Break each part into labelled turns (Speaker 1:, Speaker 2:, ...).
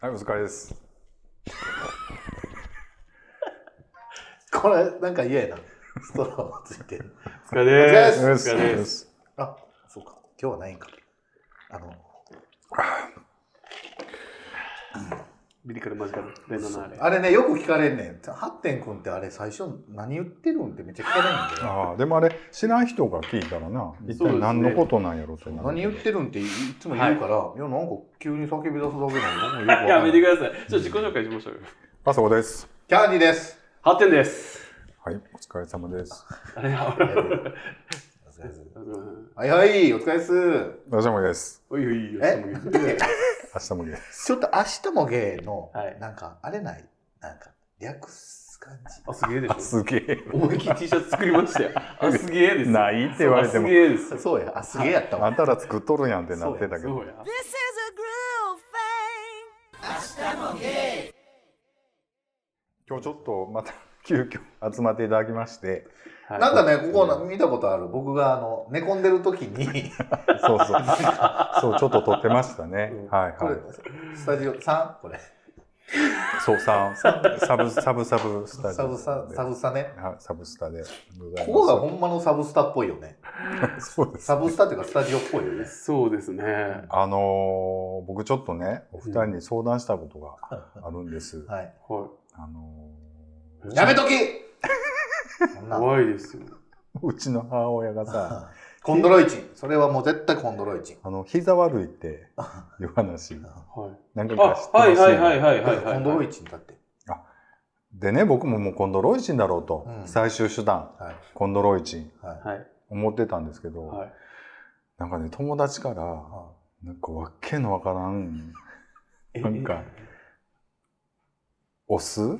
Speaker 1: はい、お疲れです。
Speaker 2: これ、なんか嫌やな。ストローついてる。
Speaker 3: お疲れで
Speaker 2: お疲れ
Speaker 3: す。お疲れです。
Speaker 2: あ、そうか。今日はないんか。あの、
Speaker 3: ビリカルマジカル。レナナーレ。
Speaker 2: あれね、よく聞かれんねん。ハッテン君ってあれ、最初何言ってるんってめっちゃ聞かれんねんけど。
Speaker 1: ああ、でもあれ、知らん人が聞いたらな、一
Speaker 3: そうで
Speaker 1: 体
Speaker 3: すね
Speaker 1: 何のことなんやろとな
Speaker 2: 何
Speaker 1: る
Speaker 2: 言ってるんっていつも言うから、い、や、なんか急に叫び出すだけなの僕もよくわかんない。
Speaker 3: やめてください。ちょっと自己紹介しましょうよ。
Speaker 1: あそこです。
Speaker 2: キャンディです。
Speaker 3: 8点です。
Speaker 1: はい、お疲れ様です。
Speaker 3: あれあ
Speaker 2: はいはい、お疲れっす。
Speaker 1: 明日もゲーです。
Speaker 3: おいおいおい。
Speaker 2: え
Speaker 1: 明日もゲーです。
Speaker 2: ちょっと明日もゲーの、
Speaker 3: はい
Speaker 2: なんか、あれないなんか、略す感じ。
Speaker 3: あ、すげえでし
Speaker 1: あ、すげえ。
Speaker 3: ょ。思いっきり T シャツ作りましたよ。 あ、すげえです。
Speaker 1: ないって言われても
Speaker 3: あすげえです。そ
Speaker 2: そうや、あ、すげえやった
Speaker 1: あ
Speaker 2: わ。
Speaker 1: んたら作っとるやんってなってたけど。
Speaker 3: うや。
Speaker 4: This is a groove thing.
Speaker 1: 今日ちょっとまた 急遽集まっていただきまして、
Speaker 3: はい
Speaker 2: なんかね、ここの見たことある。僕が、あの、寝込んでる時に、
Speaker 1: そうそう。 そう、ちょっと撮ってましたね。はい
Speaker 2: こ
Speaker 1: は
Speaker 2: れ
Speaker 1: い。、
Speaker 2: スタジオ3これ。
Speaker 1: そう、さんサブ、サブ、サブスタジ
Speaker 2: サ
Speaker 1: オ
Speaker 2: ブサ、サブサね。
Speaker 1: はい、サブスタでございます。
Speaker 2: ここがほんまのサブスタっぽいよね。
Speaker 1: そうです
Speaker 2: サ。ブスタっていうかスタジオっぽいよね。
Speaker 3: そうですね。は
Speaker 1: あのー僕ちょっとね、お二人に相談したことがあるんです。
Speaker 2: はい。
Speaker 3: い。
Speaker 1: あの
Speaker 2: やめときそんな
Speaker 3: 怖いですよ。
Speaker 1: ーうちの母親がさ、
Speaker 2: コンドロイチン。それはもう絶対コンドロイチン。
Speaker 1: あの、膝悪いっていう話、
Speaker 3: はい。
Speaker 1: 何回
Speaker 3: あ、
Speaker 1: か知ってま
Speaker 3: は
Speaker 1: す
Speaker 3: い
Speaker 1: よ
Speaker 3: はいはいはいはい
Speaker 2: コンド
Speaker 3: は
Speaker 2: ロ
Speaker 3: い
Speaker 2: イ。チンだって。
Speaker 1: でね、僕ももうコンドロイチンだろうと、
Speaker 2: うん
Speaker 1: 最終手段、
Speaker 2: はい。
Speaker 1: コンドロイチン、
Speaker 2: はい。
Speaker 3: はい。
Speaker 1: 思ってたんですけど、
Speaker 3: はい。
Speaker 1: なんかね、友達から、
Speaker 2: あ
Speaker 1: なんかわっけのわからん、
Speaker 3: え
Speaker 1: なんか、お酢
Speaker 2: 何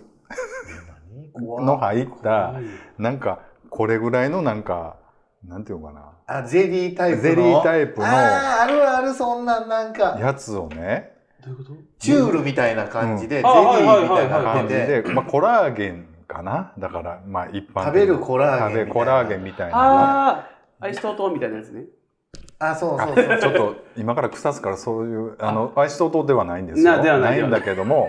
Speaker 1: の
Speaker 2: 怖い。
Speaker 1: 入った、なんか、これぐらいのなんか、なんていうのかな、
Speaker 2: あ、ゼリータイプの。
Speaker 1: ゼリータイプの
Speaker 2: あーあるある、そんなんなんか、
Speaker 1: やつをね、
Speaker 3: どういうこと
Speaker 2: チュールみたいな感じで、
Speaker 3: ん
Speaker 2: ゼリーみたいな
Speaker 1: 感
Speaker 2: 感
Speaker 1: じ
Speaker 2: じで、
Speaker 1: で、まあ、コラーゲンかなだから、まあ、一般
Speaker 2: 食べるコラ
Speaker 1: 食べ
Speaker 2: ーゲンみたいな。
Speaker 1: コラーゲンみたいな
Speaker 3: ああ、アイストートみたいなやつね。
Speaker 2: あ、そう
Speaker 1: あ
Speaker 2: そうそう。
Speaker 1: ちょっと今から腐すからそういうあのアイストートではないんですよ
Speaker 3: なではない
Speaker 1: んだけども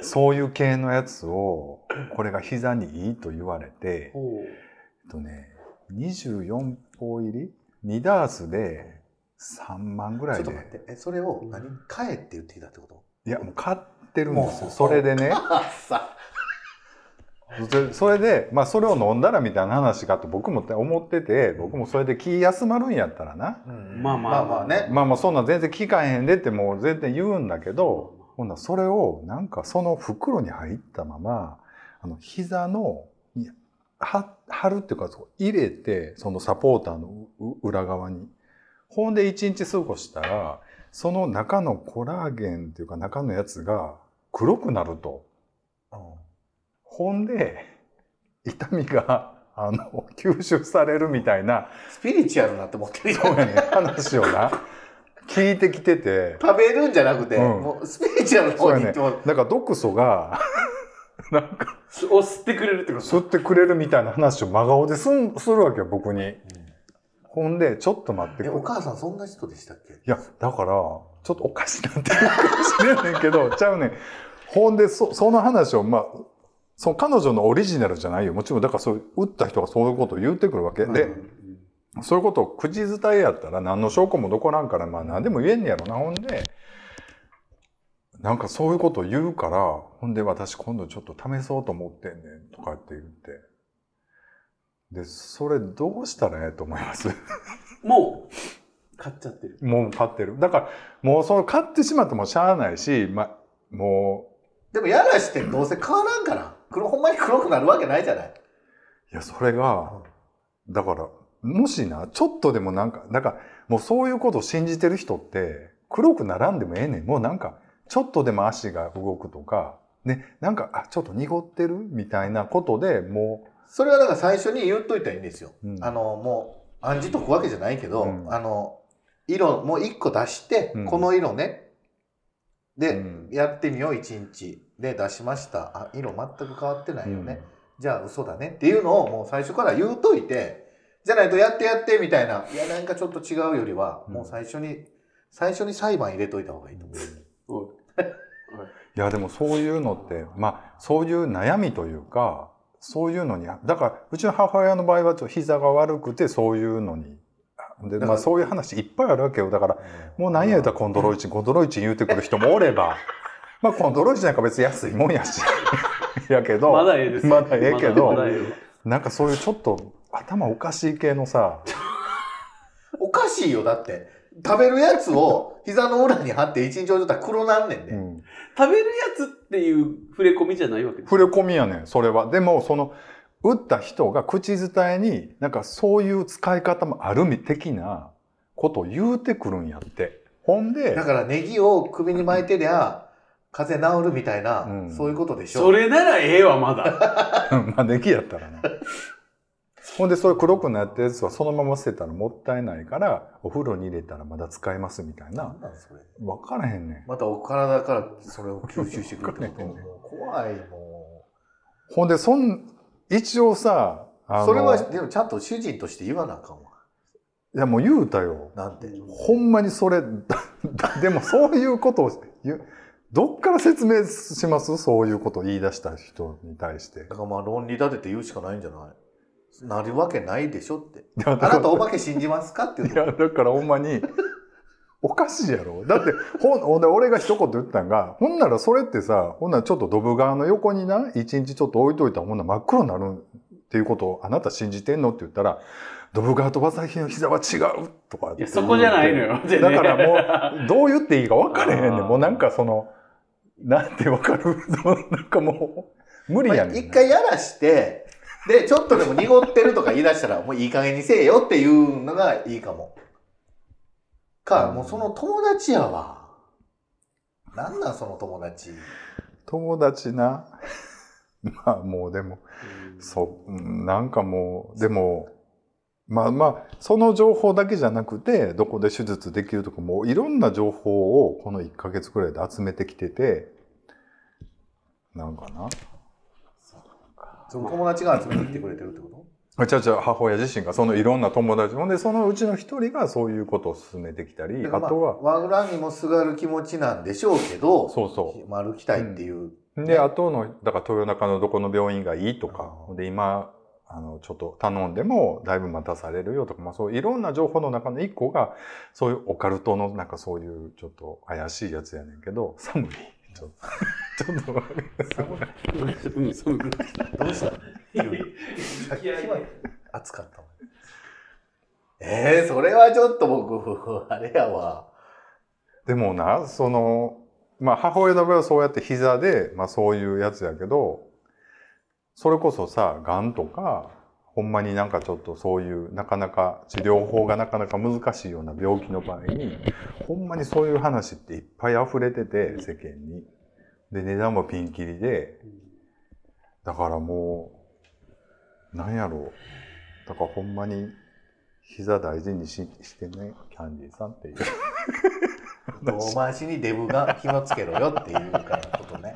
Speaker 1: そういう系のやつをこれが膝にいいと言われてえ
Speaker 3: ほう。
Speaker 1: っとね24本入り2ダースで3万ぐら
Speaker 2: ちょ
Speaker 1: い
Speaker 2: っと待っ
Speaker 1: で
Speaker 2: て、え、それを何買えって言ってきたってこと
Speaker 1: いやもう買ってるんです
Speaker 2: も
Speaker 1: よ
Speaker 2: う
Speaker 1: それでね
Speaker 2: あさ、
Speaker 1: そそれで、まあ、それを飲んだらみたいな話かと僕も思ってて僕もそれで気休まるんやったらな
Speaker 2: うん
Speaker 3: まあまあ
Speaker 2: まあまあね。
Speaker 1: まあまあそんなん全然聞かへんでってもう全然言うんだけどほんならそれをなんかその袋に入ったままあの膝のには貼るっていうかそう入れてそのサポーターのうう裏側にほんで1日過ごしたらその中のコラーゲンっていうか中のやつが黒くなると。
Speaker 2: う
Speaker 1: ほんで、痛みが、あの、吸収されるみたいな、
Speaker 2: んスピリチュアルなって思ってるよ
Speaker 1: そうやね、話をな、聞いてきてて、
Speaker 2: 食べるんじゃなくて、
Speaker 1: うん
Speaker 2: もうスピリチュアルの方に行ってもらう
Speaker 1: なんか毒素が、なんか、
Speaker 3: すお吸ってくれるってこと
Speaker 1: 吸ってくれるみたいな話を真顔ですん、するわけよ、僕に。ほんで、ちょっと待って
Speaker 2: え、
Speaker 1: こ
Speaker 2: お
Speaker 1: れ。
Speaker 2: 母さんそんな人でしたっけ
Speaker 1: いや、だから、ちょっとおかしなってるかもしれんねんけど、 ちゃうねん。ほんで、そ、その話を、まあ、その彼女のオリジナルじゃないよ。もちろん、だからそう、打った人がそういうことを言ってくるわけ。で、そういうことを口伝えやったら何の証拠も残らんから、まあ何でも言えんねやろな。ほんで、なんかそういうことを言うから、ほんで私今度ちょっと試そうと思ってんねんとかって言って。で、それどうしたらええと思います
Speaker 3: もう、買っちゃってる。
Speaker 1: もう買ってる。だから、もうその買ってしまってもしゃあないし、まあ、も
Speaker 2: でもやらしてどうせ変わらんから。黒、ほんまに黒くなるわけないじゃない。
Speaker 1: う、いや、それが、だから、もしな、ちょっとでもなんか、だから、もうそういうことを信じてる人って、黒くならんでもええねん。もうなんか、ちょっとでも足が動くとか、ね、なんか、あ、ちょっと濁ってるみたいなことでも
Speaker 2: それはだから最初に言っといたらいいんですよ。
Speaker 1: うん
Speaker 2: あの、もう、暗示とくわけじゃないけど、
Speaker 1: うん
Speaker 2: あの、色、もう一個出して、
Speaker 1: うん
Speaker 2: この色ね。
Speaker 1: う、
Speaker 2: で、
Speaker 1: うん
Speaker 2: やってみよう、一日。で、出しました。あ、色全く変わってないよね。じゃあ嘘だねっていうのをもう最初から言うといて、じゃないとやってやってみたいな、いやなんかちょっと違うよりは、
Speaker 1: うん
Speaker 2: もう最初に、最初に裁判入れといた方がいいと思う。
Speaker 3: おい。おい
Speaker 1: いやでもそういうのってまあそういう悩みというかそういうのにだからうちの母親の場合はちょっと膝が悪くてそういうのにで、ま
Speaker 2: だか
Speaker 1: あ、
Speaker 2: ら
Speaker 1: そういう話いっぱいあるわけよだからもう何やったらコンドロイチンコンドロイチン言うてくる人もおればまあコンドロイチンなんか別に安いもんやし やけど、
Speaker 3: まだええですよ
Speaker 1: まだええけど
Speaker 3: まだええわ
Speaker 1: なんかそういうちょっと頭おかしい系のさ
Speaker 2: おかしいよ、だって。食べるやつを膝の裏に貼って一日置いとったら黒なんねんで。
Speaker 1: うん
Speaker 3: 食べるやつっていう触れ込みじゃないわけです
Speaker 1: 触れ込みやねんそれはでもその打った人が口伝えになんかそういう使い方もあるみ的なことを言うてくるんやってほんで
Speaker 2: だからネギを首に巻いてりゃ、風邪治るみたいな、
Speaker 1: うん
Speaker 2: そういうことでしょ。
Speaker 3: それならええわまだ
Speaker 1: まあネギやったらねほんでそれ黒くなったやつはそのまま捨てたらもったいないからお風呂に入れたらまだ使えますみたい
Speaker 2: な
Speaker 1: なん
Speaker 2: なんそれ。
Speaker 1: 分からへんねん
Speaker 2: またお体からそれを吸収してくるってこと。
Speaker 1: わかんない
Speaker 2: もう怖い、も
Speaker 1: ほんでそん一応さあの
Speaker 2: う。それは、でもちゃんと主人として言わなあかんわ。
Speaker 1: いやもう言うたよ
Speaker 2: なんて。
Speaker 1: ほんまにそれ、だだでもそういうことを言う、どっから説明しますそういうことを言い出した人に対して
Speaker 2: だ。からまあ論理立てて言うしかないんじゃないなるわけないでしょ って。
Speaker 1: いやだ
Speaker 2: あ
Speaker 1: か
Speaker 2: な
Speaker 1: ら
Speaker 2: たお化け信じますかっていう
Speaker 1: い
Speaker 2: の。
Speaker 1: やだからほんまに、おかしいやろだって、ほん、ほんで俺が一言言ったんが、ほんならそれってさ、ほんならちょっとドブ川の横にな、一日ちょっと置いといたらほんなら真っ黒になるっていうことをあなた信じてんのって言ったら、ドブ川と朝日の膝は違うとかって言う
Speaker 3: いやそこじゃないのよだ
Speaker 1: だからもう、どう言っていいか分かれへんねん。もうなんかその、なんて分かる そのなんかもう、 無理やねんな。
Speaker 2: 一回やらして、で、ちょっとでも濁ってるとか言い出 したら、もういい加減にせえよっていうのがいいかも。か、もうその友達やわ。なんなんその友達。
Speaker 1: 友達な。 まあもうでも、
Speaker 3: うん
Speaker 1: そう、うんなんかもう、でも、まあまあ、その情報だけじゃなくて、どこで手術できるとか、もういろんな情報をこの1ヶ月くらいで集めてきてて、なんかな。
Speaker 2: その友達が集めてきてくれてるってこと
Speaker 1: あちゃうちゃう母親自身がそのいろんな友達ほんでそのうちの一人がそういうことを進めてきたり
Speaker 2: だ
Speaker 1: あ
Speaker 2: からまあ
Speaker 1: とは
Speaker 2: わぐらにもすがる気持ちなんでしょうけど、
Speaker 1: そうそ
Speaker 2: まあ歩きたいっていう。
Speaker 1: う。
Speaker 2: ね
Speaker 1: で、あとの、だから豊中のどこの病院がいいとか
Speaker 2: あ、ー
Speaker 1: で、今、あの、ちょっと頼んでもだいぶ待たされるよとか、まあそういろんな情報の中の一個が、そういうオカルトのなんかそういうちょっと怪しいやつやねんけど、寒い。ちょっと、 ちょっと、
Speaker 3: うんそう
Speaker 2: どうしたさっきまで暑かったもん。えー、それはちょっと僕、あれやわ。
Speaker 1: でもな、その、まあ母親の場合はそうやって膝で、まあそういうやつやけど、それこそさ、癌とか、ほんまになんかちょっとそういう、なかなか治療法がなかなか難しいような病気の場合に、ほんまにそういう話っていっぱい溢れてて、世間に。で、値段もピンキリで、だからもう、なんやろう。だからほんまに、膝大事にししてね、キャンディーさんっていう。
Speaker 2: 遠回しにデブが気をつけろよっていうかことね。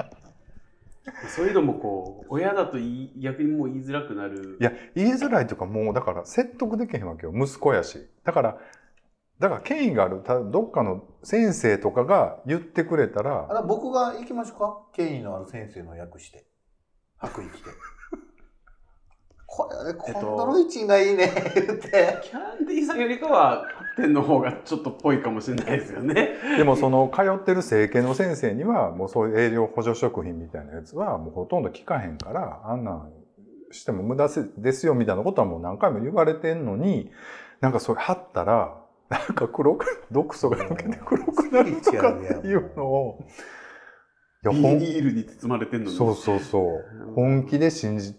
Speaker 3: そういうのもこう親だと言い逆にもう言いづらくなる
Speaker 1: いや、言いづらいというか、もうだから説得できへんわけよ。息子やし。だから、だから権威がある、たどっかの先生とかが言ってくれた
Speaker 2: あ
Speaker 1: ら、
Speaker 2: ら、僕が行きましょうか。権威のある先生の訳して。白衣着て。これはね、コ
Speaker 3: えっと
Speaker 2: ンドロイチンがいいね、言って。
Speaker 3: キャンディーさんよりかは天の方がちょっとっぽいかもしれないですよね
Speaker 1: でもその通ってる整形の先生には、もうそういう栄養補助食品みたいなやつは、もうほとんど効かへんから、あんなんしても無駄せですよみたいなことはもう何回も言われてんのに、なんかそれ貼ったら、なんか黒く、毒素が抜けて黒くなるとかっていうのを、いや、
Speaker 3: ビ
Speaker 1: ほん
Speaker 3: ニールに包まれてんのに
Speaker 1: そうそうそう。本気で信じ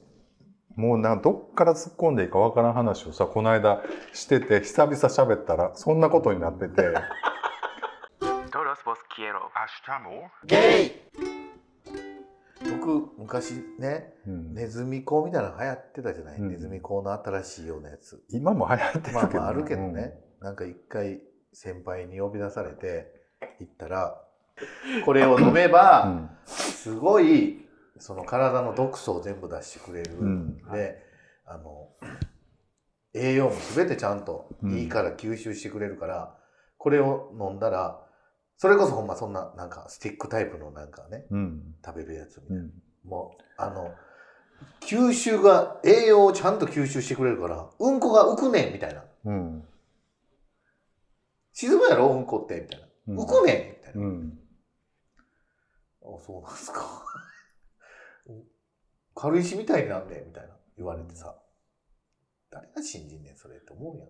Speaker 1: もうなどっから突っ込んでいいかわからん話をさこの間してて久々喋ったらそんなことになって て
Speaker 5: Todos vos quiero.
Speaker 2: ゲイ僕、昔ね、
Speaker 1: うん
Speaker 2: ネズミ講みたいなの流行ってたじゃない、
Speaker 1: うん
Speaker 2: ネズミ講の新しいようなやつ。
Speaker 1: 今も流行ってるけど
Speaker 2: まあ
Speaker 1: ね
Speaker 2: まああるけどね、なんか一回先輩に呼び出されて行ったらこれを飲め
Speaker 1: う
Speaker 2: ば
Speaker 1: ん
Speaker 2: すごいその体の毒素を全部出してくれる、
Speaker 1: うん
Speaker 2: であの栄養も全てちゃんと
Speaker 1: うん
Speaker 2: いいから吸収してくれるから、これを飲んだらそれこそほんまそんな、なんかスティックタイプのなんかね、
Speaker 1: うん。
Speaker 2: 食べるやつみたいな。
Speaker 1: うん。
Speaker 2: もう、あの、吸収が、栄養をちゃんと吸収してくれるから、うんこが浮くねんみたいな。
Speaker 1: うん。
Speaker 2: 沈むやろ、うんこって、みたいな。
Speaker 1: うん
Speaker 2: 浮くねんみたいな。
Speaker 1: うん。
Speaker 2: あ、そうなんすか。 軽石みたいになんねんみたいな。言われてさ。誰が信じんねん、それって思うやん。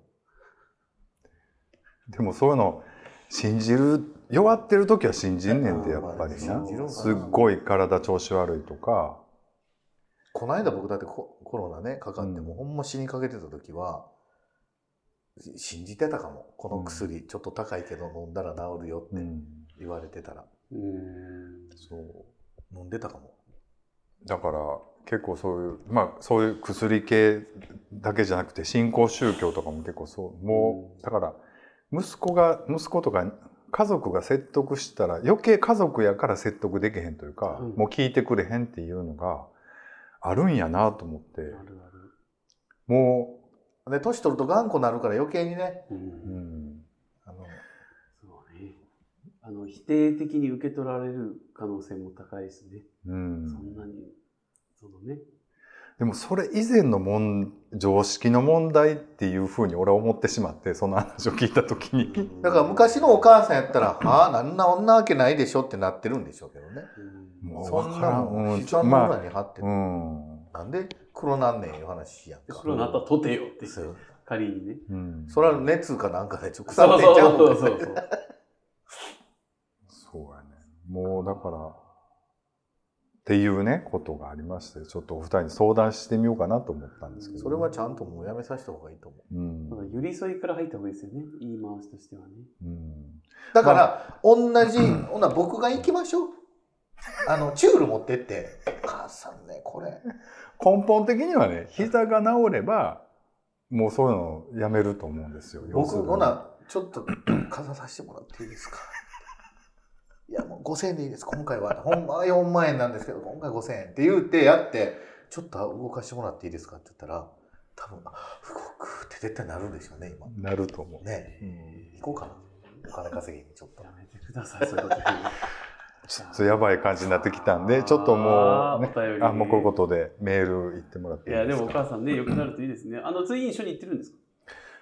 Speaker 1: でもそういうの信じる弱ってる時は信じんねんてやっぱり
Speaker 2: 信じるんか
Speaker 1: な
Speaker 2: な
Speaker 1: すっごい体調子悪いとか
Speaker 2: この間僕だってココロナね、かかって、
Speaker 1: うん
Speaker 2: もうほんま死にかけてた時は、し信じてたかも。この薬、ちょっと高いけど飲んだら治るよっ
Speaker 1: う
Speaker 2: て
Speaker 1: ん
Speaker 2: 言われてたら、
Speaker 3: うん。
Speaker 1: そう
Speaker 2: 飲んでたかも。
Speaker 1: だから結構そういうまあそういう薬系だけじゃなくて新興宗教とかも結構そうも
Speaker 3: うん
Speaker 1: うだから息子が息子とか家族が説得したら余計家族やから説得できへんというか、
Speaker 3: うん
Speaker 1: もう聞いてくれへんっていうのがあるんやなと思って
Speaker 3: あるある。
Speaker 1: も
Speaker 2: で、年取ると頑固なるから余計にね、
Speaker 3: う。
Speaker 1: う、うんん、
Speaker 2: あの、
Speaker 3: そうね。あの、否定的に受け取られる可能性も高いしね。
Speaker 1: うん、
Speaker 3: そんなに、そのね。
Speaker 1: でもそれ以前のもん常識の問題っていうふうに俺は思ってしまってその話を聞いた時に、
Speaker 2: だから昔のお母さんやったら、 ああ、なんな女わけないでしょってなってるんでしょうけどね。
Speaker 3: うん
Speaker 1: もう
Speaker 2: そ
Speaker 1: 分
Speaker 2: ん
Speaker 1: か
Speaker 2: な
Speaker 1: ら
Speaker 2: の、
Speaker 1: ん、
Speaker 2: ひ
Speaker 1: う
Speaker 2: ざ
Speaker 1: ん、
Speaker 2: の
Speaker 1: ま
Speaker 2: 裏に貼って
Speaker 1: あ、う、ん、
Speaker 2: なんで黒なんねんいう話やんか。
Speaker 3: 黒なったとてよって
Speaker 2: そう
Speaker 3: 仮にね。
Speaker 1: うん、
Speaker 2: そら熱かなんかでちょっと
Speaker 3: そ
Speaker 2: 腐っ
Speaker 3: う
Speaker 2: てんちゃう
Speaker 3: そ
Speaker 2: も
Speaker 3: うんそうそうそう。
Speaker 1: そうやねもうだからっていうねことがありましてちょっとお二人に相談してみようかなと思ったんですけど、
Speaker 2: それはちゃんともうやめさせた方がいいと思う。
Speaker 1: うん
Speaker 3: まだ寄り添いから入った方がいいですよね。言い回しとしてはね。
Speaker 1: うん、
Speaker 2: だから、同じ、ほんなら僕が行きましょう。あの、チュール持ってって、お母さんね、これ。
Speaker 1: 根本的にはね膝が治ればもうそういうのやめると思うんですよ要する
Speaker 2: 僕、
Speaker 1: に
Speaker 2: ほな、ちょっと、傘させてもらっていいですか いや、もう5000円でいいです。今回は、ほんまは4万円なんですけど、今回5000円って言うて、やって、ちょっと動かしてもらっていいですかって言ったら、多分、あ動くって絶対なるんでしょうね、今。
Speaker 1: なると思う
Speaker 2: ね行こうかな。お金稼ぎにちょっと
Speaker 3: や。めてください、そういうこと 言うの。
Speaker 1: ちょっとやばい感じになってきたんで、ちょっと
Speaker 3: あ
Speaker 1: もう、ね
Speaker 3: ーお便、り
Speaker 1: あ、もうこういうことでメール行ってもらって
Speaker 3: い
Speaker 1: いい
Speaker 3: や、
Speaker 1: で
Speaker 3: ですもお
Speaker 1: か
Speaker 3: 母さんね、良くなるといいですね。あの、次一緒に行ってるんですか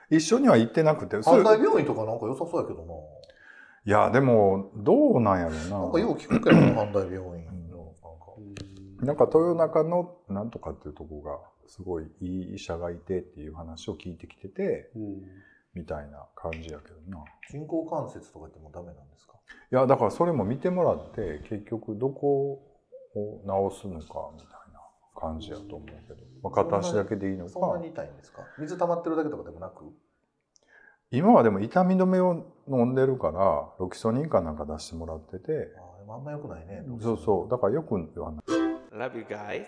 Speaker 1: 一緒には行ってなくて、それ
Speaker 2: 三大病院とかなんか良さそうやけどな。
Speaker 1: いや、でも、どうなんやろうな。
Speaker 2: なんかよう聞くけどな、阪大病院の、なんか。
Speaker 1: なんか豊中のなんとかっていうとこが、すごいいい医者がいてっていう話を聞いてきてて、
Speaker 3: うん。
Speaker 1: みたいな感じやけどな。
Speaker 2: 人工関節とかってもうダメなんですか
Speaker 1: いや、だからそれも見てもらって、結局どこを治すのかみたいな感じやと思うけど、まあ、片足だけでいいのか。
Speaker 2: そんなに痛いんですか水溜まってるだけとかでもなく
Speaker 1: 今はでも痛み止めを飲んでるからロキソニンかなんか出してもらってて
Speaker 2: あーでもあんま良くないね。
Speaker 1: そうそうだからよく言わない
Speaker 5: Love you guys.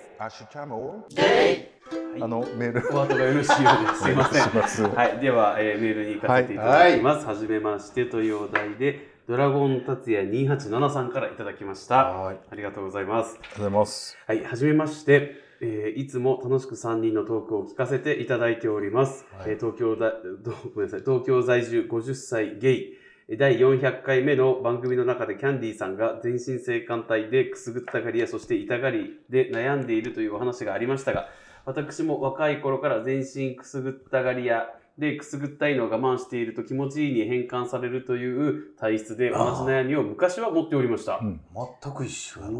Speaker 1: あのメール
Speaker 3: お後がよろしいようです。すいません
Speaker 1: し。ます
Speaker 3: はい、では、えーメールに行かせていただきます。はじ、めましてというお題で、ドラゴン達也287さんからいただきました。
Speaker 2: はい。
Speaker 3: ありがとうございます。
Speaker 1: ありがとうございます
Speaker 3: はい、はじめまして。えーいつも楽しく3人のトークを聞かせていただいております。
Speaker 2: はい
Speaker 3: えー東京だ、どごめんなさい、東京在住50歳ゲイ。えー第400回目の番組の中でキャンディーさんが全身性感帯でくすぐったがりやそして痛がりで悩んでいるというお話がありましたが、私も若い頃から全身くすぐったがりやでくすぐったいのを我慢していると気持ちいいに変換されるという体質で同じ悩みを昔は持っておりました。
Speaker 1: うん
Speaker 2: 全く一緒や
Speaker 3: あ
Speaker 2: な。
Speaker 3: の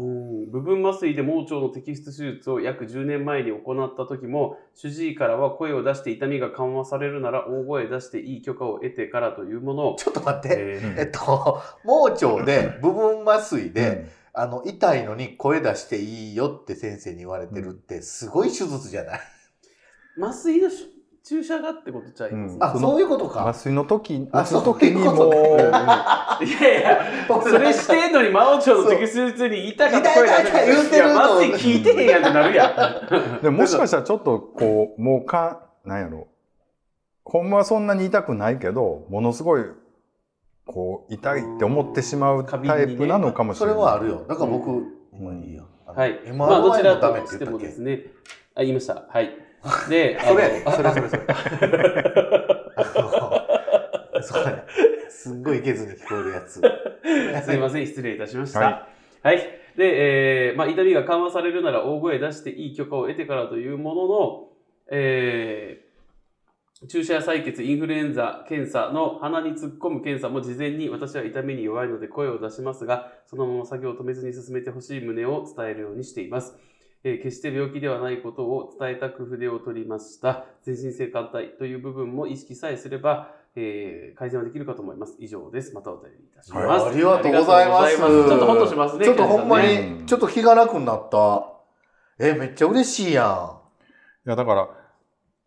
Speaker 3: 部分麻酔で盲腸の摘出手術を約10年前に行った時も主治医からは声を出して痛みが緩和されるなら大声出していい許可を得てからというものを、
Speaker 2: ちょっと待って。
Speaker 3: え
Speaker 1: うん
Speaker 2: えっと、盲腸で部分麻酔で、
Speaker 1: うん
Speaker 2: あの、痛いのに声出していいよって先生に言われてるって、すごい手術じゃない、
Speaker 3: ー麻酔のし注射がってことちゃいます、
Speaker 1: うん
Speaker 2: あ、そういうことか
Speaker 1: 麻。酔の時
Speaker 2: あ
Speaker 1: 打つ時にも
Speaker 2: そういう
Speaker 1: う
Speaker 2: こ
Speaker 1: ん
Speaker 3: いやいやそれしてんのに盲腸の摘出手術に痛かった声出し
Speaker 2: 痛い痛い
Speaker 3: て
Speaker 2: 痛い言うてる
Speaker 3: い
Speaker 2: と思う
Speaker 3: や麻酔効いてへんやんってなる や
Speaker 1: でももしかしたらちょっとこうもうかなんやろほんまはそんなに痛くないけどものすごいこう痛いって思ってしまうタイプなのかもし
Speaker 2: そ
Speaker 1: れ
Speaker 2: れ
Speaker 1: ない、
Speaker 2: はあるよ。だから僕、
Speaker 3: うん
Speaker 2: もういいや。あ
Speaker 3: ん
Speaker 2: の
Speaker 3: はい
Speaker 2: MRI
Speaker 3: まあどちら
Speaker 2: もダメっ
Speaker 3: と
Speaker 2: て
Speaker 3: し
Speaker 2: 言
Speaker 3: て
Speaker 2: った
Speaker 3: も
Speaker 2: っけ
Speaker 3: で、すねあ言いましたはいで
Speaker 2: それやね
Speaker 3: あの
Speaker 2: それそれそれ。あのそうやねすっごいいけずに聞こえるやつ。
Speaker 3: すいません、失礼いたしました。
Speaker 1: は
Speaker 3: はい。で、えーまあ、痛みが緩和されるなら大声出していい許可を得てからというものの、えー注射や採血、インフルエンザ検査の鼻に突っ込む検査も事前に私は痛みに弱いので声を出しますが、そのまま作業を止めずに進めてほしい旨を伝えるようにしています。えー決して病気ではないことを伝えた工夫を取りました。全身性感帯という部分も意識さえすれば、えー改善はできるかと思います。以上です。またお便りいたします。
Speaker 1: はい
Speaker 2: ありがとうございます
Speaker 3: ありがとうございまちょっとほっとしますね。
Speaker 2: ちょっとほんま
Speaker 3: ケンさね
Speaker 1: う
Speaker 2: に、
Speaker 1: ん
Speaker 2: ちょっと気が楽になった。え、めっちゃ嬉しいやん。
Speaker 1: いやだから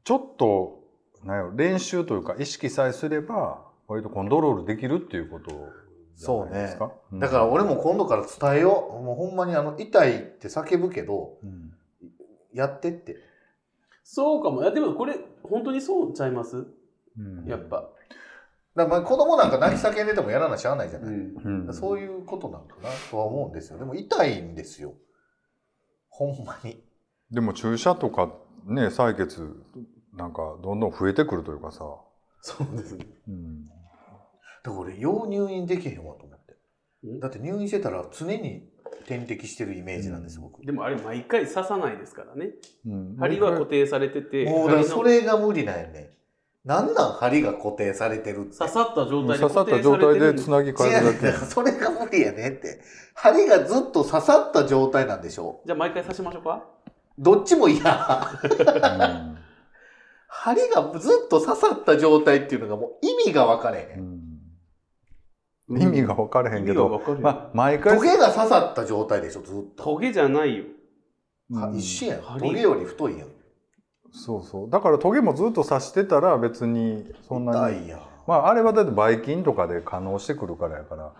Speaker 1: ちょっとなんやろ練習というか意識さえすれば割とコントロールできるっていうことじゃないですか。うん
Speaker 2: だから俺も、今度から伝えよう。もうほんまにあの、痛いって叫ぶけど、
Speaker 1: うん
Speaker 2: やってって。
Speaker 3: そうかも。いや、でもこれ、本当にそうちゃいます
Speaker 1: うん
Speaker 3: やっぱ。
Speaker 2: だからまあ子供なんか泣き叫んでてもやらなしゃあないじゃない。
Speaker 3: ん。
Speaker 1: うん
Speaker 2: そういうことなんかなとは思うんですよ。でも痛いんですよ。ほんまに。
Speaker 1: でも注射とかね採血なんかどんどん増えてくるというかさ、
Speaker 3: そうですね。
Speaker 1: うん
Speaker 2: だから俺、よう入院できへんわと思って。
Speaker 3: ん
Speaker 2: だって入院してたら常に点滴してるイメージなんです、
Speaker 1: うん
Speaker 2: 僕。
Speaker 3: でもあれ、毎回刺さないですからね。
Speaker 1: うん
Speaker 3: 針は固定されてて、
Speaker 2: もうだから
Speaker 3: 針の
Speaker 2: それが無理なんやね。なんなん針が固定されてるって。
Speaker 3: 刺さった状態で
Speaker 1: 刺さ
Speaker 3: 固
Speaker 1: った
Speaker 3: 定されてる
Speaker 1: 状
Speaker 3: ん
Speaker 1: 態で
Speaker 3: で
Speaker 1: つなぎ替え
Speaker 2: 違
Speaker 1: る
Speaker 2: うね
Speaker 1: だけ
Speaker 2: だからそれが無理やねって。針がずっと刺さった状態なんでしょ
Speaker 3: じゃあ、毎回刺しましょうか。
Speaker 2: どっちも嫌。
Speaker 1: うん
Speaker 2: 針がずっと刺さった状態っていうのがもう意味が分かれへん。
Speaker 1: うん意味が分からへんけど、
Speaker 3: 分かる
Speaker 1: まあ、毎
Speaker 2: ト
Speaker 1: 回、
Speaker 2: ゲが刺さった状態でしょ、ずっと。
Speaker 3: トゲじゃないよ。
Speaker 1: う
Speaker 2: は
Speaker 1: ん
Speaker 2: 一緒やん。
Speaker 3: 針
Speaker 2: トゲより太いやん。
Speaker 1: そうそうだからトゲもずっと刺してたら別にそんな
Speaker 2: 痛
Speaker 1: に
Speaker 2: いやん。
Speaker 1: まああれはだってばい菌とかで可能してくるからやから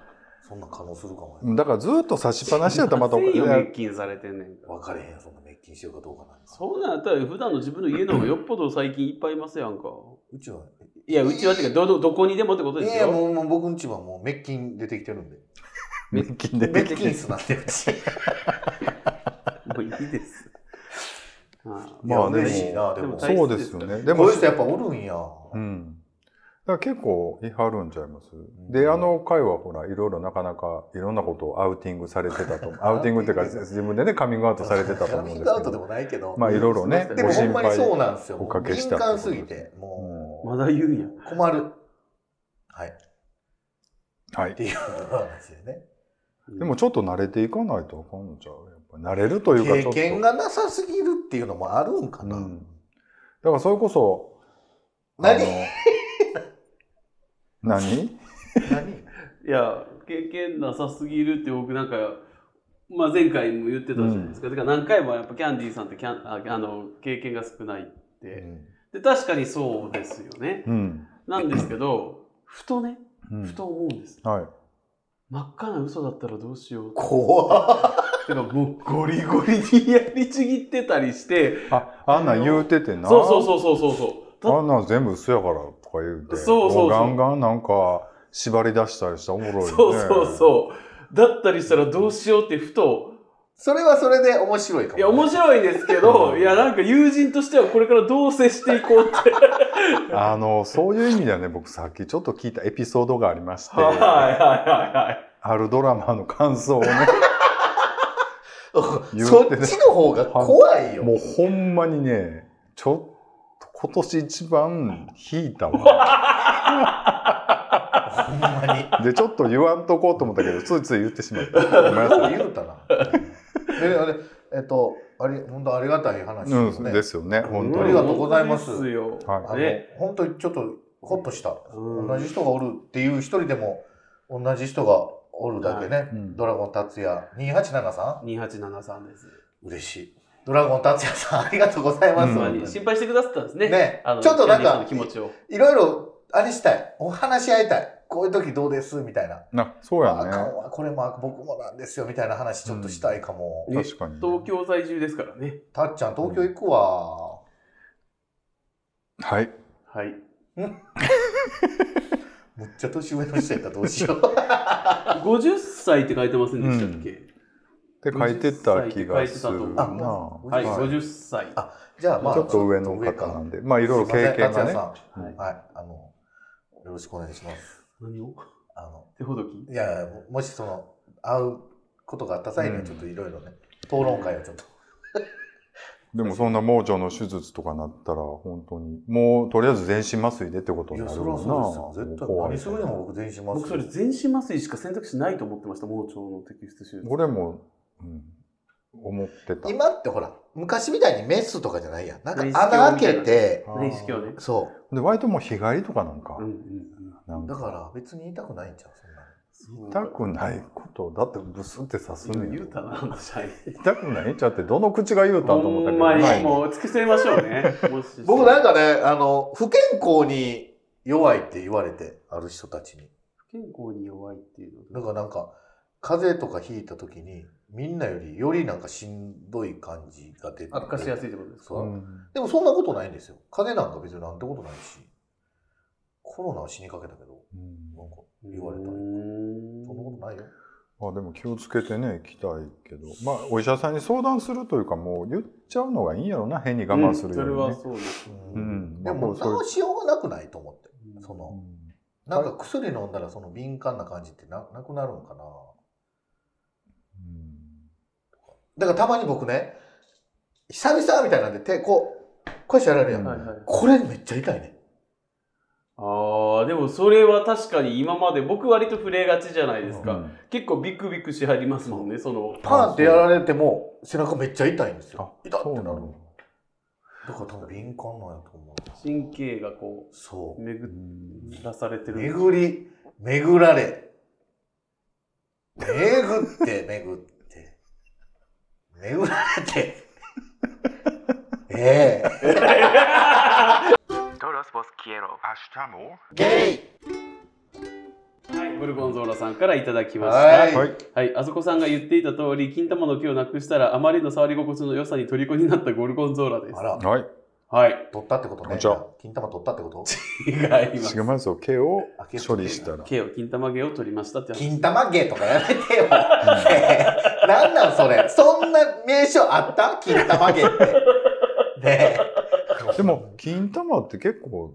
Speaker 2: そんなん可能するかも
Speaker 1: う
Speaker 2: ね。
Speaker 1: んだからずっと刺しっぱなしやったらまた
Speaker 3: せんよ、
Speaker 1: いや
Speaker 3: 滅菌されてんねんから
Speaker 2: 分かれへん、そんな滅菌してるかどうかなんて
Speaker 3: そうなったら、普段の自分の家の方がよっぽど最近いっぱいいますやんか。
Speaker 2: うちは。
Speaker 3: いや、うちはってか、ど、ど、どこにでもってこと
Speaker 2: い
Speaker 3: です
Speaker 2: や、
Speaker 3: よ。
Speaker 2: もうもう僕んちはもう滅菌出てきてるんで。
Speaker 1: 滅菌で
Speaker 2: 滅菌室なんてう ち。
Speaker 3: もういいです。ああ
Speaker 1: まあ
Speaker 2: いや嬉しいな、でも。
Speaker 3: でも
Speaker 1: そうですよねで
Speaker 2: こ
Speaker 1: も
Speaker 2: ういう人やっぱおるんや。
Speaker 1: うんだから結構いはるんちゃいます、
Speaker 2: ん
Speaker 1: であの回はほらいろいろなかなかいろんなことをアウティングされてたと思う アウティングっていうか自分でねカミングアウトされてたと思うんです
Speaker 2: ミ
Speaker 1: け
Speaker 2: ングアウトで
Speaker 1: ど
Speaker 2: もないけど。
Speaker 1: まあいろいろね
Speaker 2: で
Speaker 1: ご
Speaker 2: もほ
Speaker 1: 心
Speaker 2: んまに
Speaker 1: 配
Speaker 2: そうなんですよ。
Speaker 1: おかけしたってこ
Speaker 2: 敏
Speaker 1: と
Speaker 2: 感
Speaker 1: です
Speaker 2: すぎて、も
Speaker 3: まだ言うんや。
Speaker 2: う困る。はい。っ
Speaker 1: はい
Speaker 2: ていう話でね。
Speaker 1: でもちょっと慣れていかないとあかんのちゃうやっぱ慣れるというかちょっと
Speaker 2: 経験がなさすぎるっていうのもあるんか
Speaker 1: う
Speaker 2: な。
Speaker 1: ん、だからそれこそ
Speaker 2: 何
Speaker 1: あの何
Speaker 2: 何
Speaker 3: いや、経験なさすぎるって僕なんか、まあ、前回も言ってたじゃないですか。てか何回もやっぱキャンディーさんってキャンああの経験が少ないって、で。確かにそうですよね。
Speaker 1: うん、
Speaker 3: なんですけど、ふとね、
Speaker 1: うん
Speaker 3: ふと思うんです。
Speaker 1: はい
Speaker 3: 真っ赤な嘘だったらどうしよう
Speaker 2: 怖っ。
Speaker 3: てかもうゴリゴリにやりちぎってたりして、
Speaker 1: ああんなん言うててな
Speaker 3: そうそうそうそうそうそう。
Speaker 1: あんなん全部嘘やからとか言うて
Speaker 3: そうそうそう
Speaker 1: もガンガンなんか縛り出したりしたらおもろいよね
Speaker 3: そうそうそう。だったりしたらどうしようってふと
Speaker 2: それはそれで面白いかもね。
Speaker 3: いや、面白いですけど、いや、なんか友人としてはこれからどう接していこうって。
Speaker 1: あのそういう意味ではね僕さっきちょっと聞いたエピソードがありまして
Speaker 3: はいはい
Speaker 1: あるドラマの感想を ね言
Speaker 2: そう
Speaker 1: て
Speaker 2: っ
Speaker 1: ね
Speaker 2: ちの方が怖いよ。
Speaker 1: もうほんまにねちょっと今年一番引いたわ。
Speaker 2: ほんまに。
Speaker 1: で、ちょっと言わんとこうと思ったけど、ついつい言ってしまった。ごめんなさい。
Speaker 2: 言うたな。え、あれ、えっと、あれ、本当ありがたい話
Speaker 1: う
Speaker 2: です
Speaker 1: ん、
Speaker 2: ね。
Speaker 1: ですよね、
Speaker 3: はい。
Speaker 1: 本
Speaker 2: 当
Speaker 1: 当
Speaker 2: あり
Speaker 1: に。
Speaker 2: が
Speaker 1: は
Speaker 2: とうございます
Speaker 3: 本当ですよ。
Speaker 1: い。
Speaker 2: あの
Speaker 3: ね、
Speaker 2: 本当にちょっとほっとした、
Speaker 3: うん
Speaker 2: 同じ人がおるっていう一人でも同じ人がおるだけね、
Speaker 1: うん
Speaker 2: ドラゴン達也287さん
Speaker 3: 2873です。
Speaker 2: 嬉しいドラゴン達也さんありがとうございます、
Speaker 1: うん
Speaker 3: つま
Speaker 2: 本
Speaker 3: り
Speaker 2: 当
Speaker 3: 心配してくださったんですね。
Speaker 2: にね
Speaker 3: あの
Speaker 2: ちょっとなん
Speaker 3: キャ
Speaker 2: か
Speaker 3: ンディーさんの気持ちを。
Speaker 2: いろいろあれしたいお話し合いたいこういう時どうですみたいな、
Speaker 1: な、そう
Speaker 2: ああか
Speaker 1: や
Speaker 2: んわこれもあ僕もなんですよみたいな話ちょっとしたいかも、
Speaker 1: ね。確かにね。
Speaker 3: 東京在住ですからね。
Speaker 2: たっちゃん東京行くわ、
Speaker 1: はい。
Speaker 3: はい。
Speaker 2: むっちゃ年上の人やったらどうしよう
Speaker 3: 50歳って書いてませんでしたっけ、
Speaker 1: って書いてた気がするな。
Speaker 2: あもう
Speaker 3: はい、
Speaker 1: はい
Speaker 3: 50歳。
Speaker 2: あじゃあまあ
Speaker 1: ちょっと上の
Speaker 2: ちょっと
Speaker 1: 方
Speaker 2: か
Speaker 1: なんで。まあ、いろいろ経験が
Speaker 2: すいません達也
Speaker 1: ね。
Speaker 2: さん
Speaker 3: はい
Speaker 2: はい、あの、よろしくお願いします。
Speaker 3: 何を
Speaker 2: あの、
Speaker 3: 手ほどき
Speaker 2: いや、もしその、会うことがあった際には、ちょっといろいろね、討論会をちょっと。
Speaker 1: でもそんな盲腸の手術とかなったら本当にもうとりあえず全身麻酔でってこと
Speaker 2: い
Speaker 1: にな
Speaker 2: や、
Speaker 1: る
Speaker 2: そ
Speaker 1: よ
Speaker 2: り
Speaker 1: な
Speaker 2: ゃそうですよ。絶対、
Speaker 1: 怖い
Speaker 2: 何するにも僕全身麻酔。
Speaker 3: 僕それ全身麻酔しか選択肢ないと思ってました盲腸の摘出手術
Speaker 1: 俺も、うん、思ってた
Speaker 2: 今ってほら、昔みたいにメスとかじゃないやん。なんか
Speaker 3: メス
Speaker 2: 穴開けて、
Speaker 1: あー
Speaker 3: 内視鏡ね
Speaker 2: そ
Speaker 1: で割ともう日帰りとかなんか,、
Speaker 3: うんうんうん
Speaker 1: なん
Speaker 2: う。だ
Speaker 1: か
Speaker 2: から別に痛くないんちゃうそんなの
Speaker 1: 痛くないことだってブスって刺す
Speaker 3: 今
Speaker 1: の
Speaker 3: 言うたな、あのシャイ。
Speaker 1: 痛くないんちゃうってどの口が言うたんと思ったけ
Speaker 3: ほん
Speaker 1: ど
Speaker 3: ま
Speaker 1: ない
Speaker 3: に、
Speaker 1: の
Speaker 3: もう突き捨てましょう ね。もし
Speaker 2: 僕なんかね、あの、不健康に弱いって言われて、ある人たちに。
Speaker 3: 不健康に弱いっていうの
Speaker 2: だからなんか、風邪とかひいた時に、みんなよりよりなんかしんどい感じが出て
Speaker 3: 悪化しやす
Speaker 2: い。
Speaker 3: いってことですか
Speaker 2: そう。
Speaker 1: うん
Speaker 2: でもそんなことないんですよ。風邪なんか別になんてことないし。コロナは死にかけたけど、
Speaker 1: うん
Speaker 2: なんか言われたり。
Speaker 3: うーん
Speaker 2: そんなことないよ。
Speaker 1: まあでも気をつけてね行きたいけどまあお医者さんに相談するというかもう言っちゃうのがいいんやろな変に我慢するよりね、
Speaker 3: うんそれはそうですね。
Speaker 1: う
Speaker 2: うん
Speaker 1: ん
Speaker 2: で
Speaker 1: まあ
Speaker 2: も、
Speaker 1: うそういう
Speaker 2: 治しようがなくないと思って。そ
Speaker 1: う
Speaker 2: の、
Speaker 1: ん
Speaker 2: なんか薬飲んだらその敏感な感じってななくなるのかなだからたまに僕ね久々みたいなんで手こうこうしてやられるやん、
Speaker 1: うん
Speaker 3: はいはい。
Speaker 2: これめっちゃ痛いね
Speaker 3: ああ、でもそれは確かに今まで僕割と触れがちじゃないです
Speaker 1: う
Speaker 3: か。
Speaker 1: ん
Speaker 3: 結構ビクビクしはりますもんね、その。
Speaker 2: パーンってやられても背中めっちゃ痛いんですよ
Speaker 1: あ
Speaker 2: 痛ってなる
Speaker 1: そうな
Speaker 2: の
Speaker 1: の
Speaker 2: だから多分敏感なんやと思う
Speaker 3: 神経がこ、
Speaker 2: そうう
Speaker 3: 巡
Speaker 1: うん
Speaker 3: らされてる。
Speaker 2: 巡り巡られ巡って巡って巡られ てええ
Speaker 5: Todos vos quiero. Ashtamo.
Speaker 2: ゲイ
Speaker 3: はい、ブルゴンゾーラさんからいただきました。
Speaker 2: は。
Speaker 1: はいい
Speaker 3: はい、あそこさんが言っていた通り、金玉の毛をなくしたら、あまりの触り心地の良さに虜になったゴルゴンゾーラです
Speaker 2: あ。ら、
Speaker 1: はい
Speaker 3: はい、
Speaker 2: 取ったってこと
Speaker 1: こん
Speaker 2: ね
Speaker 1: にちは。
Speaker 2: 金玉取ったってこと
Speaker 3: 違います
Speaker 1: 違い。ますよ毛を処理したら
Speaker 3: 毛を金玉毛を取りましたって話。
Speaker 2: 金玉芸とかやめてよ。なんなんそれ。そんな名称あった金玉芸 って。ねえ。
Speaker 1: でも、金玉って結構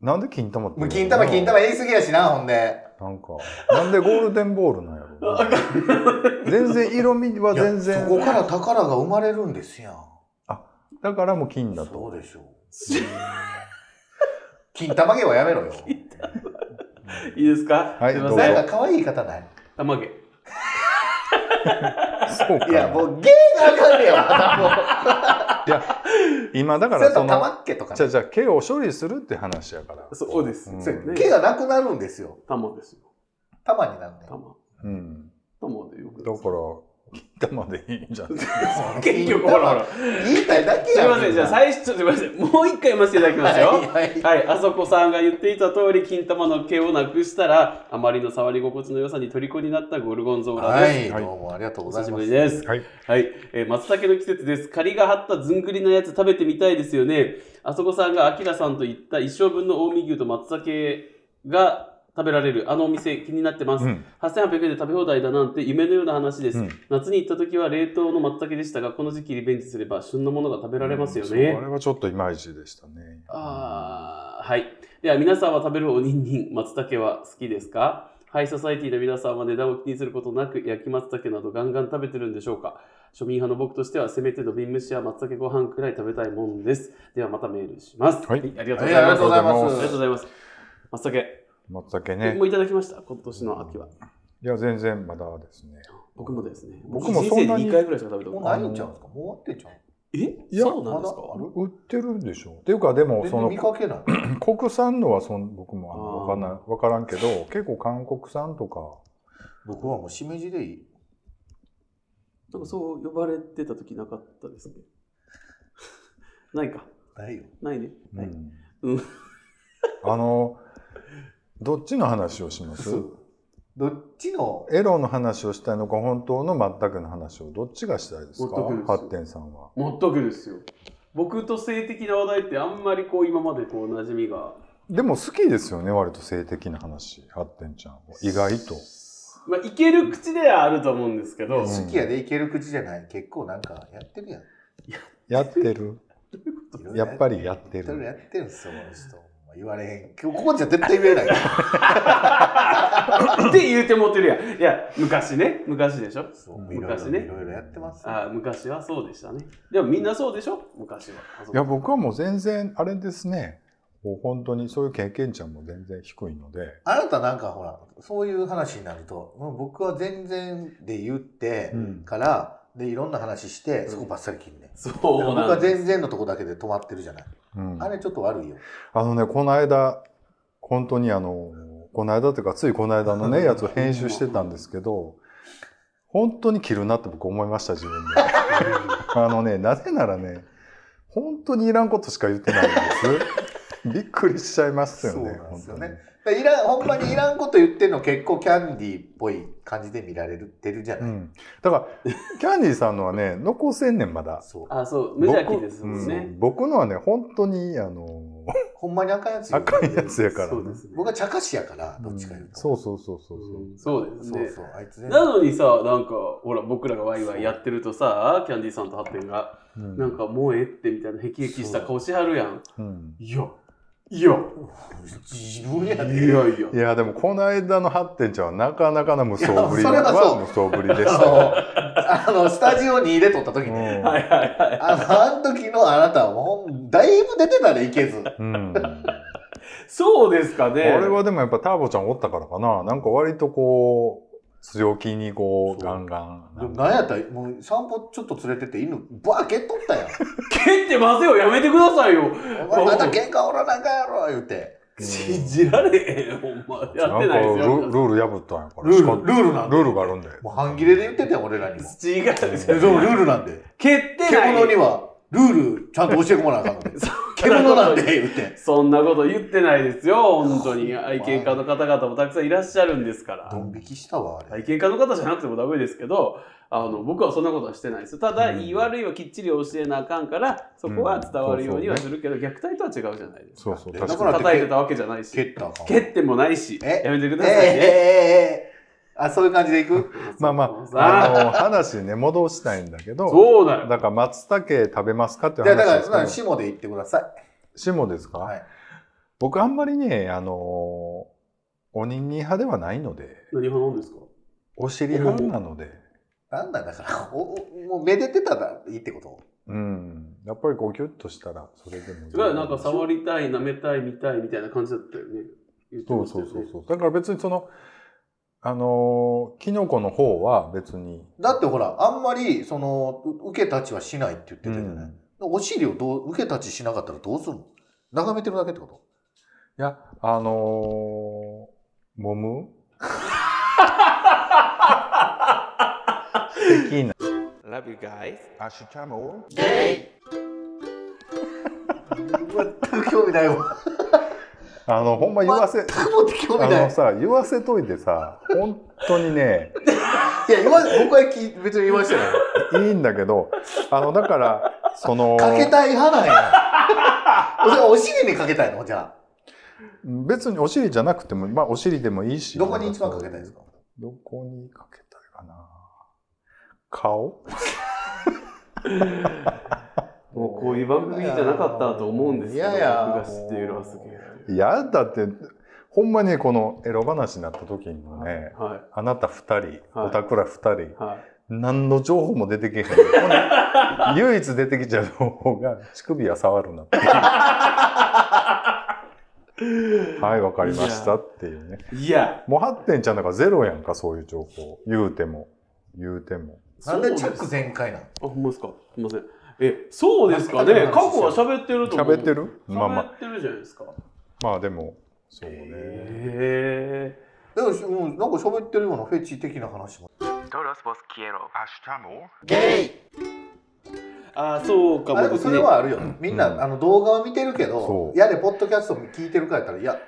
Speaker 1: なんで金玉って
Speaker 2: も
Speaker 1: 言う
Speaker 2: う
Speaker 1: の
Speaker 2: 金玉金玉言い過ぎやしな、ほんで。
Speaker 1: なんかなんでゴールデンボールなんやろな全然色味は全
Speaker 2: いやそこ
Speaker 1: 然
Speaker 2: から宝が生まれるんですやん。
Speaker 1: だからもう金だ
Speaker 2: そ
Speaker 1: と
Speaker 2: うでしょう。金玉芸はやめろよ。
Speaker 3: いいですか
Speaker 1: はい
Speaker 3: すいま
Speaker 1: ど
Speaker 3: せ
Speaker 1: うぞ
Speaker 2: なん
Speaker 3: ん。
Speaker 2: か可愛い言い方ない
Speaker 3: 玉毛。
Speaker 1: そうか
Speaker 2: いや、もう芸 があかんねやわ。
Speaker 1: 今だ
Speaker 2: 多
Speaker 1: か
Speaker 2: 分
Speaker 1: ら
Speaker 2: それと
Speaker 1: そ
Speaker 2: 玉
Speaker 1: の
Speaker 2: っけとか
Speaker 1: じゃあ
Speaker 2: ね。
Speaker 1: じゃあ毛を処理するって話やから
Speaker 3: そうです。
Speaker 1: うん
Speaker 3: そうですね
Speaker 2: 毛がなくなるんですよ。
Speaker 3: 玉ですよ。
Speaker 2: 玉になるねん。
Speaker 3: 玉。
Speaker 1: うん
Speaker 3: 玉でよく
Speaker 1: だから金玉でいいんじゃない
Speaker 3: 結局、ほらほら。
Speaker 2: 言いたいだけ
Speaker 3: す
Speaker 2: や
Speaker 3: い
Speaker 2: ん
Speaker 3: ません、じゃあ最初、すいません。もう一回読ませていただきますよ。
Speaker 2: はいはい
Speaker 3: はい、あそこさんが言っていた通り、金玉の毛をなくしたら、あまりの触り心地の良さに虜になったゴルゴンゾーラ
Speaker 2: は
Speaker 3: です。
Speaker 2: い、どうもありがとうご
Speaker 3: お
Speaker 2: ざ
Speaker 3: 久
Speaker 2: い
Speaker 3: し
Speaker 2: ま
Speaker 3: ぶ
Speaker 2: す。
Speaker 3: りです。
Speaker 1: はい
Speaker 3: はい、えー、松茸の季節です。仮が張ったずんぐりのやつ食べてみたいですよね。あそこさんがあきらさんと言った一生分の近江牛と松茸が食べられるあのお店気になってます。
Speaker 1: うん
Speaker 3: 8800円で食べ放題だなんて夢のような話です。
Speaker 1: うん
Speaker 3: 夏に行った時は冷凍の松茸でしたが、この時期リベンジすれば旬のものが食べられますよね。
Speaker 1: あれはちょっとイマイチでしたね
Speaker 3: あーはい。では皆さんは食べるおにんにん、松茸は好きですかハイソサイティの皆さんは値段を気にすることなく焼き松茸などガンガン食べてるんでしょうか庶民派の僕としてはせめての瓶蒸しや松茸ご飯くらい食べたいもんです。ではまたメールします。
Speaker 1: はい
Speaker 3: ありがと
Speaker 2: はい
Speaker 3: うござ
Speaker 2: あ
Speaker 3: いま
Speaker 2: りが
Speaker 3: す。
Speaker 2: とうご
Speaker 3: あ
Speaker 2: ざい
Speaker 3: りがとうご
Speaker 2: ま
Speaker 3: ざいます。松茸、
Speaker 1: 松茸ね
Speaker 3: もういただきました。今年の秋は。
Speaker 1: いや全然まだですね
Speaker 3: 僕もですね。
Speaker 1: 僕も
Speaker 3: 人
Speaker 1: そん
Speaker 3: 生で
Speaker 1: なに
Speaker 3: 2回くらいしか食べ
Speaker 2: す。も
Speaker 3: たこ
Speaker 2: う
Speaker 3: とない。
Speaker 2: ないんちゃうんですかもう終わってんちゃう
Speaker 3: え
Speaker 1: いや
Speaker 3: そうなんですか
Speaker 2: まだある
Speaker 1: 売ってるんでしょうっていうかでも
Speaker 2: 全
Speaker 1: そ
Speaker 2: 然
Speaker 1: の
Speaker 2: 見かけない。
Speaker 1: 国産のはそん僕もあの
Speaker 3: あー
Speaker 1: わかんないわからんけど結構韓国産とか
Speaker 2: 僕はもうしめじでいい。
Speaker 3: なんかそう呼ばれてた時なかったですね。 ないか。
Speaker 2: ないよ。
Speaker 3: ないね。
Speaker 1: う
Speaker 3: ない
Speaker 1: ん
Speaker 3: うん
Speaker 1: あのどっちの話をします
Speaker 2: どっちの
Speaker 1: エロの話をしたいのか本当の全くの話をどっちがしたいですか
Speaker 3: 全くです
Speaker 1: 発展さんは
Speaker 3: 全くですよ僕と性的な話題ってあんまりこう今までこう馴染みが、
Speaker 1: でも好きですよね割と性的な話発展ちゃんは意外と
Speaker 3: まあ、いける口ではあると思うんですけど、
Speaker 1: ん
Speaker 2: 好きやでいける口じゃない結構なんかやってるやん。
Speaker 1: やってる
Speaker 2: いろいろ
Speaker 1: やっぱりやって
Speaker 2: いろいろ
Speaker 1: る
Speaker 2: やってるんですよ、この人。言われへん。今日ここじゃ絶対言え ない。
Speaker 3: って言うてもってるやん。いや、昔ね、昔でしょ。
Speaker 2: そういろい
Speaker 3: 昔
Speaker 2: ろ
Speaker 3: ね
Speaker 2: いろいろやってます。
Speaker 3: あー昔はそうでしたね。でもみんなそうでしょ昔は。あそう
Speaker 1: いや、僕はもう全然、あれですね。もう本当にそういう経験値はもう全然低いので。
Speaker 2: あなたなんかほら、そういう話になると、もう僕は全然で言って
Speaker 1: うん
Speaker 2: から、で、いろんな話して、そこばっさり切んねん。
Speaker 3: そう
Speaker 2: 僕
Speaker 3: な
Speaker 2: は
Speaker 3: んです。
Speaker 2: 全然のとこだけで止まってるじゃない。
Speaker 1: うん
Speaker 2: あれちょっと悪いよ。
Speaker 1: あのね、この間、本当にあの、この間というか、ついこの間のね、やつを編集してたんですけど、本当に着るなって僕思いました、自分で。あのね、なぜならね、本当にいらんことしか言ってないんです。びっくりしちゃいますよね、
Speaker 2: そうなんで
Speaker 1: 本
Speaker 2: す
Speaker 1: 当
Speaker 2: よ
Speaker 1: に
Speaker 2: ね。だからいらん、ほんまにいらんこと言ってんの結構キャンディーっぽい感じで見られてるじゃ
Speaker 1: う
Speaker 2: ない。
Speaker 1: ん。だから、キャンディーさんのはね、残せんねん、まだ。
Speaker 2: そう。
Speaker 3: あ、そう、無邪気ですもん
Speaker 1: う
Speaker 3: ね。
Speaker 1: ん僕のはね、本当に、あ の、
Speaker 2: ほんまに赤いやつよ
Speaker 1: 赤いやつやから、
Speaker 3: そうですね。
Speaker 2: 僕は茶化しやから、どっちか言うと。
Speaker 1: そうそうそうそうそう。
Speaker 3: うんそうです
Speaker 2: そう
Speaker 3: ね。
Speaker 2: そう、あいつね。
Speaker 3: なのにさ、なんか、ほら、僕らがワイワイやってるとさ、キャンディーさんとハッテンが、
Speaker 1: うん
Speaker 3: なんか、もうええってみたいな、ヘキヘキした顔しはるやん。
Speaker 1: うん
Speaker 3: いや、いや、
Speaker 2: 自分や
Speaker 3: い
Speaker 2: で。
Speaker 3: やいや
Speaker 1: い。やでもこの間の発展ちゃんはなかなかの無双ぶり
Speaker 2: いやそれはそう
Speaker 1: 無双ぶりでした ね。
Speaker 2: あの、あのスタジオに入れとった時に、
Speaker 1: うん
Speaker 3: はいはいはい。
Speaker 2: あの、あの時のあなたはもう、だいぶ出てたね、いけず。
Speaker 1: うん、あ
Speaker 3: そうですかね。
Speaker 1: れはでもやっぱターボちゃんおったからかななんか割とこう強気にこう
Speaker 2: そう
Speaker 1: ガンガンなんか
Speaker 2: なんやったら、もう散歩ちょっと連れてって犬、バー蹴っとったや ん。
Speaker 3: 蹴ってませよ、やめてくださいよ。
Speaker 2: お前また喧嘩おらなんかやろ、言うて。
Speaker 3: 信じられへん、ほんま。やってないです
Speaker 1: なんかル
Speaker 3: よ。
Speaker 1: ルール破ったんやから
Speaker 2: ル
Speaker 1: しか
Speaker 2: ール、ルールなんで。
Speaker 1: ルールがあるんで
Speaker 2: もう半切れで言ってたよ、俺らにも。
Speaker 3: 違うです
Speaker 2: え
Speaker 3: よ。
Speaker 2: そう、ルールなんで。
Speaker 3: 蹴ってない。
Speaker 2: 獣には、ルールちゃんと教えてもらわなあかん ので。獣なんで、言うて。
Speaker 3: そんなこと言ってないですよ、本当に。愛犬家の方々もたくさんいらっしゃるんですから。
Speaker 2: ドン引きしたわ、あれ
Speaker 3: 愛。犬家の方じゃなくてもダメですけど、あの、僕はそんなことはしてないですよ。ただ、
Speaker 1: うん
Speaker 3: 言い悪いはきっちり教えなあかんから、そこは伝わるようにはするけど、虐待とは違うじゃないです
Speaker 1: そ
Speaker 3: か
Speaker 1: う。そう
Speaker 2: で
Speaker 1: 確
Speaker 2: だ
Speaker 1: か
Speaker 2: か
Speaker 1: らに
Speaker 3: 叩いてたわけじゃないし、
Speaker 2: 蹴ったらあかん
Speaker 3: 蹴ってもないし、
Speaker 2: え
Speaker 3: やめてく
Speaker 2: え
Speaker 3: ださいね。
Speaker 2: ええー、あ、そういう感じでいく
Speaker 1: まあまああの話ね戻したいんだけど
Speaker 3: そうだよ。
Speaker 1: だから松茸食べますかってい
Speaker 2: いや、
Speaker 1: う
Speaker 2: だから、
Speaker 1: 話です
Speaker 2: だから、
Speaker 1: けど
Speaker 2: シモで言ってください。
Speaker 1: 下ですか、
Speaker 2: はい。
Speaker 1: 僕あんまりねあのお人形派ではないので
Speaker 3: 何派なんですか
Speaker 1: お尻派なので、
Speaker 2: なんだ、だから、おおもう、めでてたらいいってこと
Speaker 1: うん、やっぱりこうギュッとしたらそれでもいい
Speaker 3: すごいなんか触りたい、舐めたい、見たいみたいな感じだったよね。言って
Speaker 1: そ
Speaker 3: ま
Speaker 1: う
Speaker 3: し
Speaker 1: そ
Speaker 3: たよ
Speaker 1: う
Speaker 3: ね
Speaker 1: そうそうだから別にそのあのーキノコの方は別に
Speaker 2: だってほら、あんまり、その、う受け立ちはしないって言ってたじゃない、
Speaker 1: うん
Speaker 2: お尻をどう、受け立ちしなかったらどうするの眺めてるだけってこ
Speaker 1: いやあのー、揉 む素敵な
Speaker 3: Love you guys.
Speaker 5: 明日も
Speaker 2: と全く興味ないわ。
Speaker 1: あのほんま言わせ
Speaker 2: 全くもって興
Speaker 1: あ
Speaker 2: 味ない。
Speaker 1: の
Speaker 2: い
Speaker 1: さ言わせといてさ本当にね
Speaker 2: や、今、僕はき別に言いま したよ。
Speaker 1: いいんだけどあのだからその
Speaker 2: かけたい派なんや。おじゃあお尻にかけたいのじゃあ。
Speaker 1: 別にお尻じゃなくてもまあお尻でもいいし
Speaker 2: どこに一番かけたいですか
Speaker 1: どこにかけたいかな顔
Speaker 3: もうこういう番組じゃなかったと思うんですけど、
Speaker 2: いやいや
Speaker 3: 僕が知っているはすげ
Speaker 1: いやだってほんまにこのエロ話になった時にもね
Speaker 3: は
Speaker 1: あなた2人
Speaker 3: はい
Speaker 1: おたくら2人、
Speaker 3: い。はい。
Speaker 1: 何の情報も出てけへん ほんで唯一出てきちゃう情報が乳首は触るなっていう はいわかりましたっていうね
Speaker 3: いや、
Speaker 1: もう8点ちゃんだからゼロやんかそういう情報言うても言うても
Speaker 2: なんでチャッ
Speaker 3: そう
Speaker 2: ク
Speaker 3: す
Speaker 2: 全開なの
Speaker 3: あ、ほんまですか。すみません。え、そうですかね。過去は喋ってると思う。
Speaker 1: 喋ってるまあま
Speaker 3: 喋
Speaker 1: あ
Speaker 3: ってるじゃないですか。
Speaker 1: まあでもそうね
Speaker 3: へえ。
Speaker 2: でもし、もうなんか喋ってるようなフェチ的な話も。
Speaker 5: Todos vos quiero 明日も
Speaker 3: あ、そうか
Speaker 2: あで
Speaker 3: も
Speaker 2: も
Speaker 3: です
Speaker 2: そ
Speaker 3: ね。
Speaker 2: れはあるよ。みんな、
Speaker 1: うん
Speaker 2: あの動画は見てるけ
Speaker 1: そ
Speaker 2: ど、
Speaker 1: う
Speaker 2: やれ、ポッドキャストも聞いてるからやったら、いや、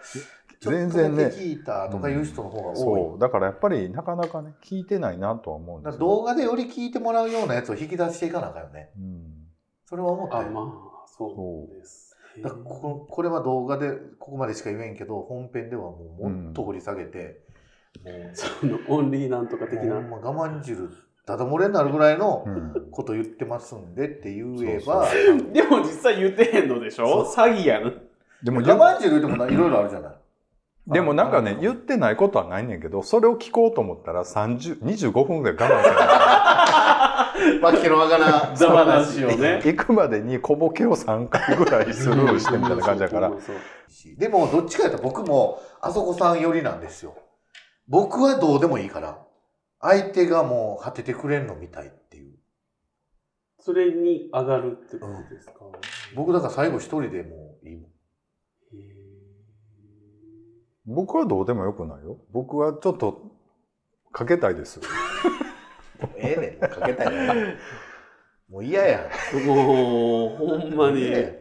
Speaker 2: ちょ
Speaker 1: 全
Speaker 2: っとだ
Speaker 1: 然
Speaker 2: け
Speaker 1: ね
Speaker 2: 聞いたとかいう人の方が多い。
Speaker 1: そうだからやっぱりなかなかね聞いてないなとは思うん
Speaker 2: だ
Speaker 1: で
Speaker 2: か
Speaker 1: す
Speaker 2: ら
Speaker 1: よ
Speaker 2: 動画でより聞いてもらうようなやつを引き出していかなあかんよね。
Speaker 1: うん
Speaker 2: それは思った
Speaker 3: あ、
Speaker 2: よ。
Speaker 3: まあ、そうです。へえ
Speaker 2: だからこここれは動画でここまでしか言えんけど本編ではもうもっと掘り下げて、もう
Speaker 3: そのオンリーなんとか的な。
Speaker 2: もうほんま我慢汁ダダ漏れになるぐらいの
Speaker 1: うん
Speaker 2: こと 言ってますんでって言え
Speaker 1: そう
Speaker 2: ば
Speaker 1: そう
Speaker 3: でも実際言ってへんのでしょ詐欺やな。
Speaker 1: でも、
Speaker 2: ラマンチェルでもないろいろあるじゃない。
Speaker 1: でもなんか
Speaker 3: あ
Speaker 1: ね
Speaker 3: の、
Speaker 1: 言ってないことはないねんけど、それを聞こうと思ったら30、25分ぐらい我慢するか
Speaker 2: わけのわからん。
Speaker 3: ザ話をね
Speaker 1: ら。。 行くまでに小ボケを3回ぐらいスルーしてみたいな感じだから。
Speaker 3: そうそうそう
Speaker 2: でも、どっちかやったら僕も、あそこさん寄りなんですよ。僕はどうでもいいから。相手がもう、果ててくれんのみたいっていう。
Speaker 3: それに上がるってことですか。
Speaker 2: 僕だから最後一人でもういいもん。
Speaker 3: へー
Speaker 1: 僕はどうでもよくないよ。僕はちょっと、かけたい です。
Speaker 2: ええねん、もうかけたい ね。もう嫌やん。
Speaker 3: もうほんまに。
Speaker 2: ええ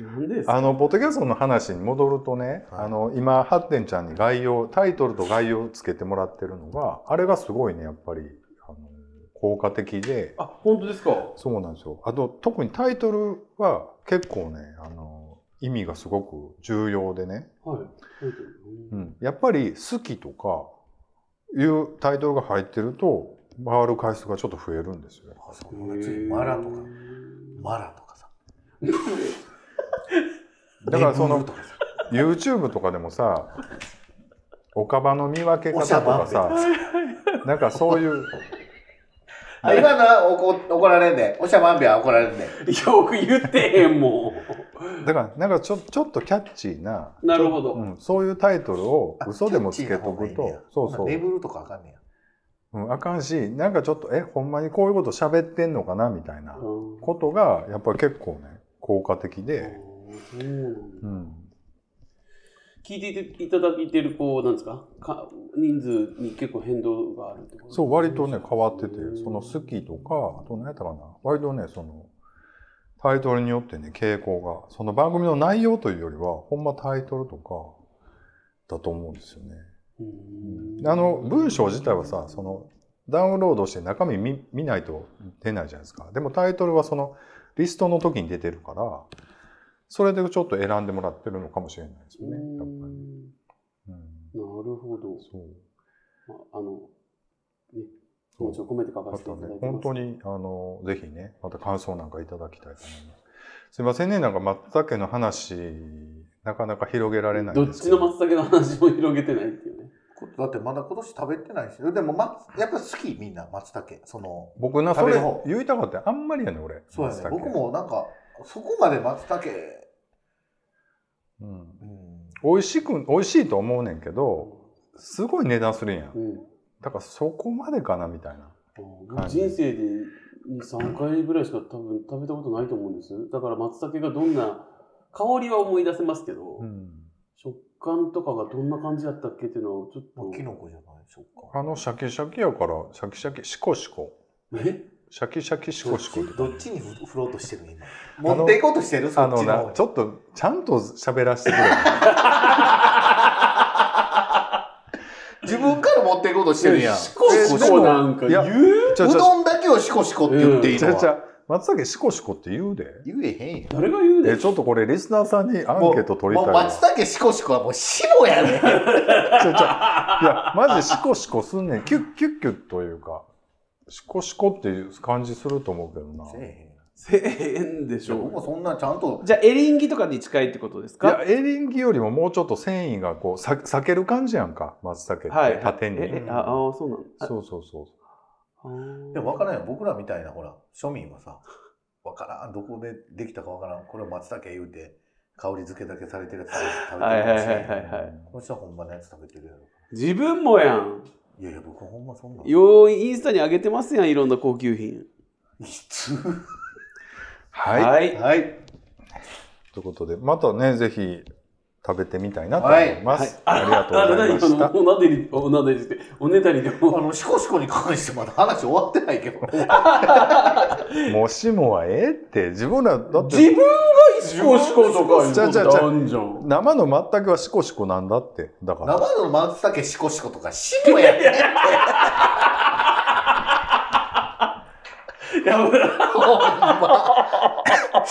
Speaker 2: も
Speaker 3: なんですか
Speaker 1: あの、ポッドキャストの話に戻るとね、
Speaker 2: はい
Speaker 1: あの、今、ハッテンちゃんに概要、タイトルと概要をつけてもらってるのが、あれがすごいね、やっぱり、あの、効果的で、
Speaker 3: あ、本当ですか。
Speaker 1: そうなんですよ。あと、特にタイトルは結構ね、あの、意味がすごく重要でね、
Speaker 3: はい。
Speaker 1: うん、やっぱり「好き」とかいうタイトルが入ってると回る回数がちょっと増えるんですよ。
Speaker 2: うあそこがついマラとか、マラとか さ。
Speaker 1: だからその
Speaker 2: ネブルとかさ
Speaker 1: YouTube とかでもさ 岡場の見分け方とかさ
Speaker 2: お
Speaker 1: なんかそういう
Speaker 2: あ今のは怒怒られんで、おしゃまんべは怒られんで。
Speaker 3: よく言ってへんも
Speaker 1: だからなんかちょちょっとキャッチーな、
Speaker 3: ん。なるほど。
Speaker 1: うん、そういうタイトルを
Speaker 2: あ
Speaker 1: 嘘でもつけと
Speaker 2: キャッチ
Speaker 1: く
Speaker 2: ーな方がいいね
Speaker 1: と
Speaker 2: や
Speaker 1: そうそ
Speaker 2: ほなネ
Speaker 1: う、
Speaker 2: ブルとかあかんねや。
Speaker 1: うん、あかんしなんかちょっとえほんまにこういうこと喋ってんのかなみたいな
Speaker 3: うん
Speaker 1: ことがやっぱり結構ね効果的
Speaker 3: あ
Speaker 1: で、
Speaker 3: ーそうなん
Speaker 1: う
Speaker 3: だ
Speaker 1: ん、
Speaker 3: 聞いていていただいてるこうなんですかか人数に結構変動があるってこと
Speaker 1: そう、割とね、変わってて
Speaker 3: う、ん
Speaker 1: その好きとか、あと何やったかな、割とね、その、タイトルによってね、傾向が、その番組の内容というよりは、ほんまタイトルとか、だと思うんですよね。
Speaker 3: うん
Speaker 1: あの、文章自体はさ、その、ダウンロードして中身見見ないと出ないじゃないですか。でもタイトルはその、リストの時に出てるから、それでちょっと選んでもらってるのかもしれないです
Speaker 3: う
Speaker 1: よ
Speaker 3: ん
Speaker 1: ね、や
Speaker 3: な
Speaker 1: っ
Speaker 3: る
Speaker 1: ぱり。うん、
Speaker 3: ほど、
Speaker 1: そう。
Speaker 3: まあ、あのね気
Speaker 1: そう
Speaker 3: 持ちを込めて書か
Speaker 1: あ
Speaker 3: せてい
Speaker 1: と
Speaker 3: ただい
Speaker 1: ね
Speaker 3: て、
Speaker 1: 本当に、あの、ぜひね、また感想なんかいただきたいと思います。すいませんね、なんか松茸の話、なかなか広げられないん
Speaker 3: どっ
Speaker 1: です
Speaker 3: ち
Speaker 1: け
Speaker 3: の
Speaker 1: ど。
Speaker 3: 松茸の話も広げてないっていうね
Speaker 2: だってまだ今年食べてないし。でも、ま、やっぱ好きみんな、松茸。その、
Speaker 1: 僕な、そ
Speaker 2: 食べ
Speaker 1: れ
Speaker 2: る方
Speaker 1: 言いたかったよあんまりやねん、俺。
Speaker 2: そうやね
Speaker 1: 松。茸
Speaker 2: 僕。もなんか、そこまで松茸、
Speaker 1: うん
Speaker 2: うん、
Speaker 1: 美味しく、美味しいと思うねんけど、すごい値段するやん
Speaker 3: う。ん
Speaker 1: だからそこまでかな、みたいな。
Speaker 3: 僕人生で23回ぐらいしか多分食べたことないと思うんですだから松茸がどんな香りは思い出せますけど、
Speaker 1: うん
Speaker 3: 食感とかがどんな感じだったっけっていうのをちょっ
Speaker 2: まあ、キ
Speaker 3: と
Speaker 2: ノコじゃない食感。
Speaker 1: あの、シャキシャキやから、シャキシャキ、シコシコ。
Speaker 3: え
Speaker 1: シャキシャキ、シコシコって
Speaker 2: ど
Speaker 1: 感
Speaker 2: っ
Speaker 1: じ。
Speaker 2: ちにふ振ろうとしてる今。
Speaker 1: の
Speaker 2: 持っていこうとしてるそ
Speaker 1: あ
Speaker 2: っ
Speaker 1: の
Speaker 2: ちの
Speaker 1: な、ちょっと、ちゃんと喋らせてく れ。
Speaker 2: 自分から持っていこうとしてるやん。
Speaker 3: シコシコなんか言
Speaker 1: いうちゃ
Speaker 2: う
Speaker 1: ちゃ
Speaker 2: どんだけをシコシコって言っていい
Speaker 1: ち
Speaker 2: の
Speaker 1: ゃち
Speaker 2: は、
Speaker 1: ゃ、松茸シコシコって言うで。
Speaker 2: 言えへんよ。
Speaker 3: 誰が言う で
Speaker 1: え、ちょっとこれリスナーさんにアンケート取り
Speaker 2: も
Speaker 1: た
Speaker 2: う
Speaker 1: いわ。ち
Speaker 2: 松茸シコシコはもう死もやねん。
Speaker 1: ょちょいや、マジシコシコすんねん。キュッキュッキュッというか、シコシコっていう感じすると思うけどな。
Speaker 2: せえ
Speaker 3: せえへんでし
Speaker 2: へん。僕も
Speaker 3: ょ
Speaker 2: そんなちゃんと、
Speaker 3: じゃあエリンギとかに近いってことですか
Speaker 1: いや、エリンギよりももうちょっと繊維がこう、さ裂ける感じやんか、松茸って。
Speaker 3: はい
Speaker 1: 縦に。
Speaker 3: ええああーそうなんだ
Speaker 1: そうそうそう。
Speaker 3: あー
Speaker 2: でも分からんよ。僕らみたいな、ほら、庶民はさ、分からん。どこでできたか分からん。これを松茸言うて、香り付けだけされてるやつ食べて
Speaker 3: はい
Speaker 2: る
Speaker 3: はい
Speaker 2: ら
Speaker 3: は
Speaker 2: し
Speaker 3: い
Speaker 2: い
Speaker 3: はい
Speaker 2: やん。
Speaker 3: はい
Speaker 2: この人はほんまのやつ食べてるやろ。
Speaker 3: 自分もやん
Speaker 2: いやいや、僕ほんまそんなん。
Speaker 3: ようインスタに上げてますやんいろんな高級品
Speaker 2: いつ
Speaker 1: はい。
Speaker 3: い
Speaker 2: はい。
Speaker 1: ということで、またね、ぜひ食べてみたいなと思います。ありがとうございま
Speaker 3: あ
Speaker 1: し
Speaker 3: な
Speaker 1: た
Speaker 3: た。おなでりおなでりっておねだりで
Speaker 2: あ
Speaker 3: も
Speaker 2: の、シコシコに関してまだ話終わってない けど。
Speaker 1: もしもはええって、自分ら、だって。
Speaker 3: 自分がシコシコとか言う
Speaker 1: ちゃ
Speaker 3: こ
Speaker 1: うちゃうちゃ
Speaker 3: と
Speaker 1: う
Speaker 3: あんじゃん
Speaker 1: 生の全くはシコシコなんだって。だから。
Speaker 2: 生の松茸シコシコとか死もやねん。
Speaker 3: やばい
Speaker 2: ほんまし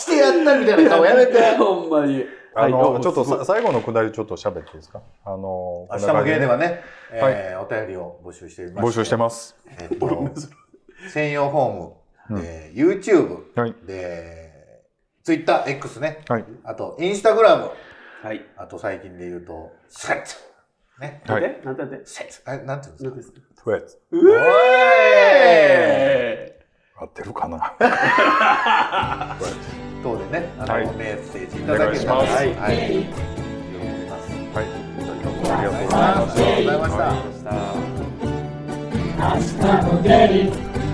Speaker 2: してやったみたいな顔や めて。
Speaker 3: ほんまに
Speaker 1: あの、
Speaker 3: はい
Speaker 1: ちょっと
Speaker 3: すごい
Speaker 1: さ最後のくだりちょっと喋っていいですかあの、
Speaker 2: 明日も芸ではね、
Speaker 1: はい
Speaker 2: えーお便りを募集しています。
Speaker 1: 募集してます。
Speaker 2: えっ と、専用フォーム、えー YouTube
Speaker 1: はい
Speaker 2: で、ツイッター X ね。
Speaker 1: はい。
Speaker 2: あと、インスタグラム。
Speaker 3: はい。
Speaker 2: あと、最近で言うと、セット。ね。
Speaker 1: はい
Speaker 3: なんてなんてなんて
Speaker 2: セット。あれ、なんていうんです
Speaker 3: なん
Speaker 2: か
Speaker 3: てですか
Speaker 1: とりあえず
Speaker 3: うえ
Speaker 1: 合ってるか な。
Speaker 2: 等でね、あの、
Speaker 1: はい
Speaker 2: メッセージいただけたら、
Speaker 1: お願いします
Speaker 2: はい。はい。喜びます。
Speaker 1: はい。じゃあ今日もありがとうございま
Speaker 2: あ
Speaker 1: し
Speaker 2: りがとう
Speaker 6: 明日
Speaker 1: た。
Speaker 2: ございました。
Speaker 3: ーい。した。
Speaker 6: も出る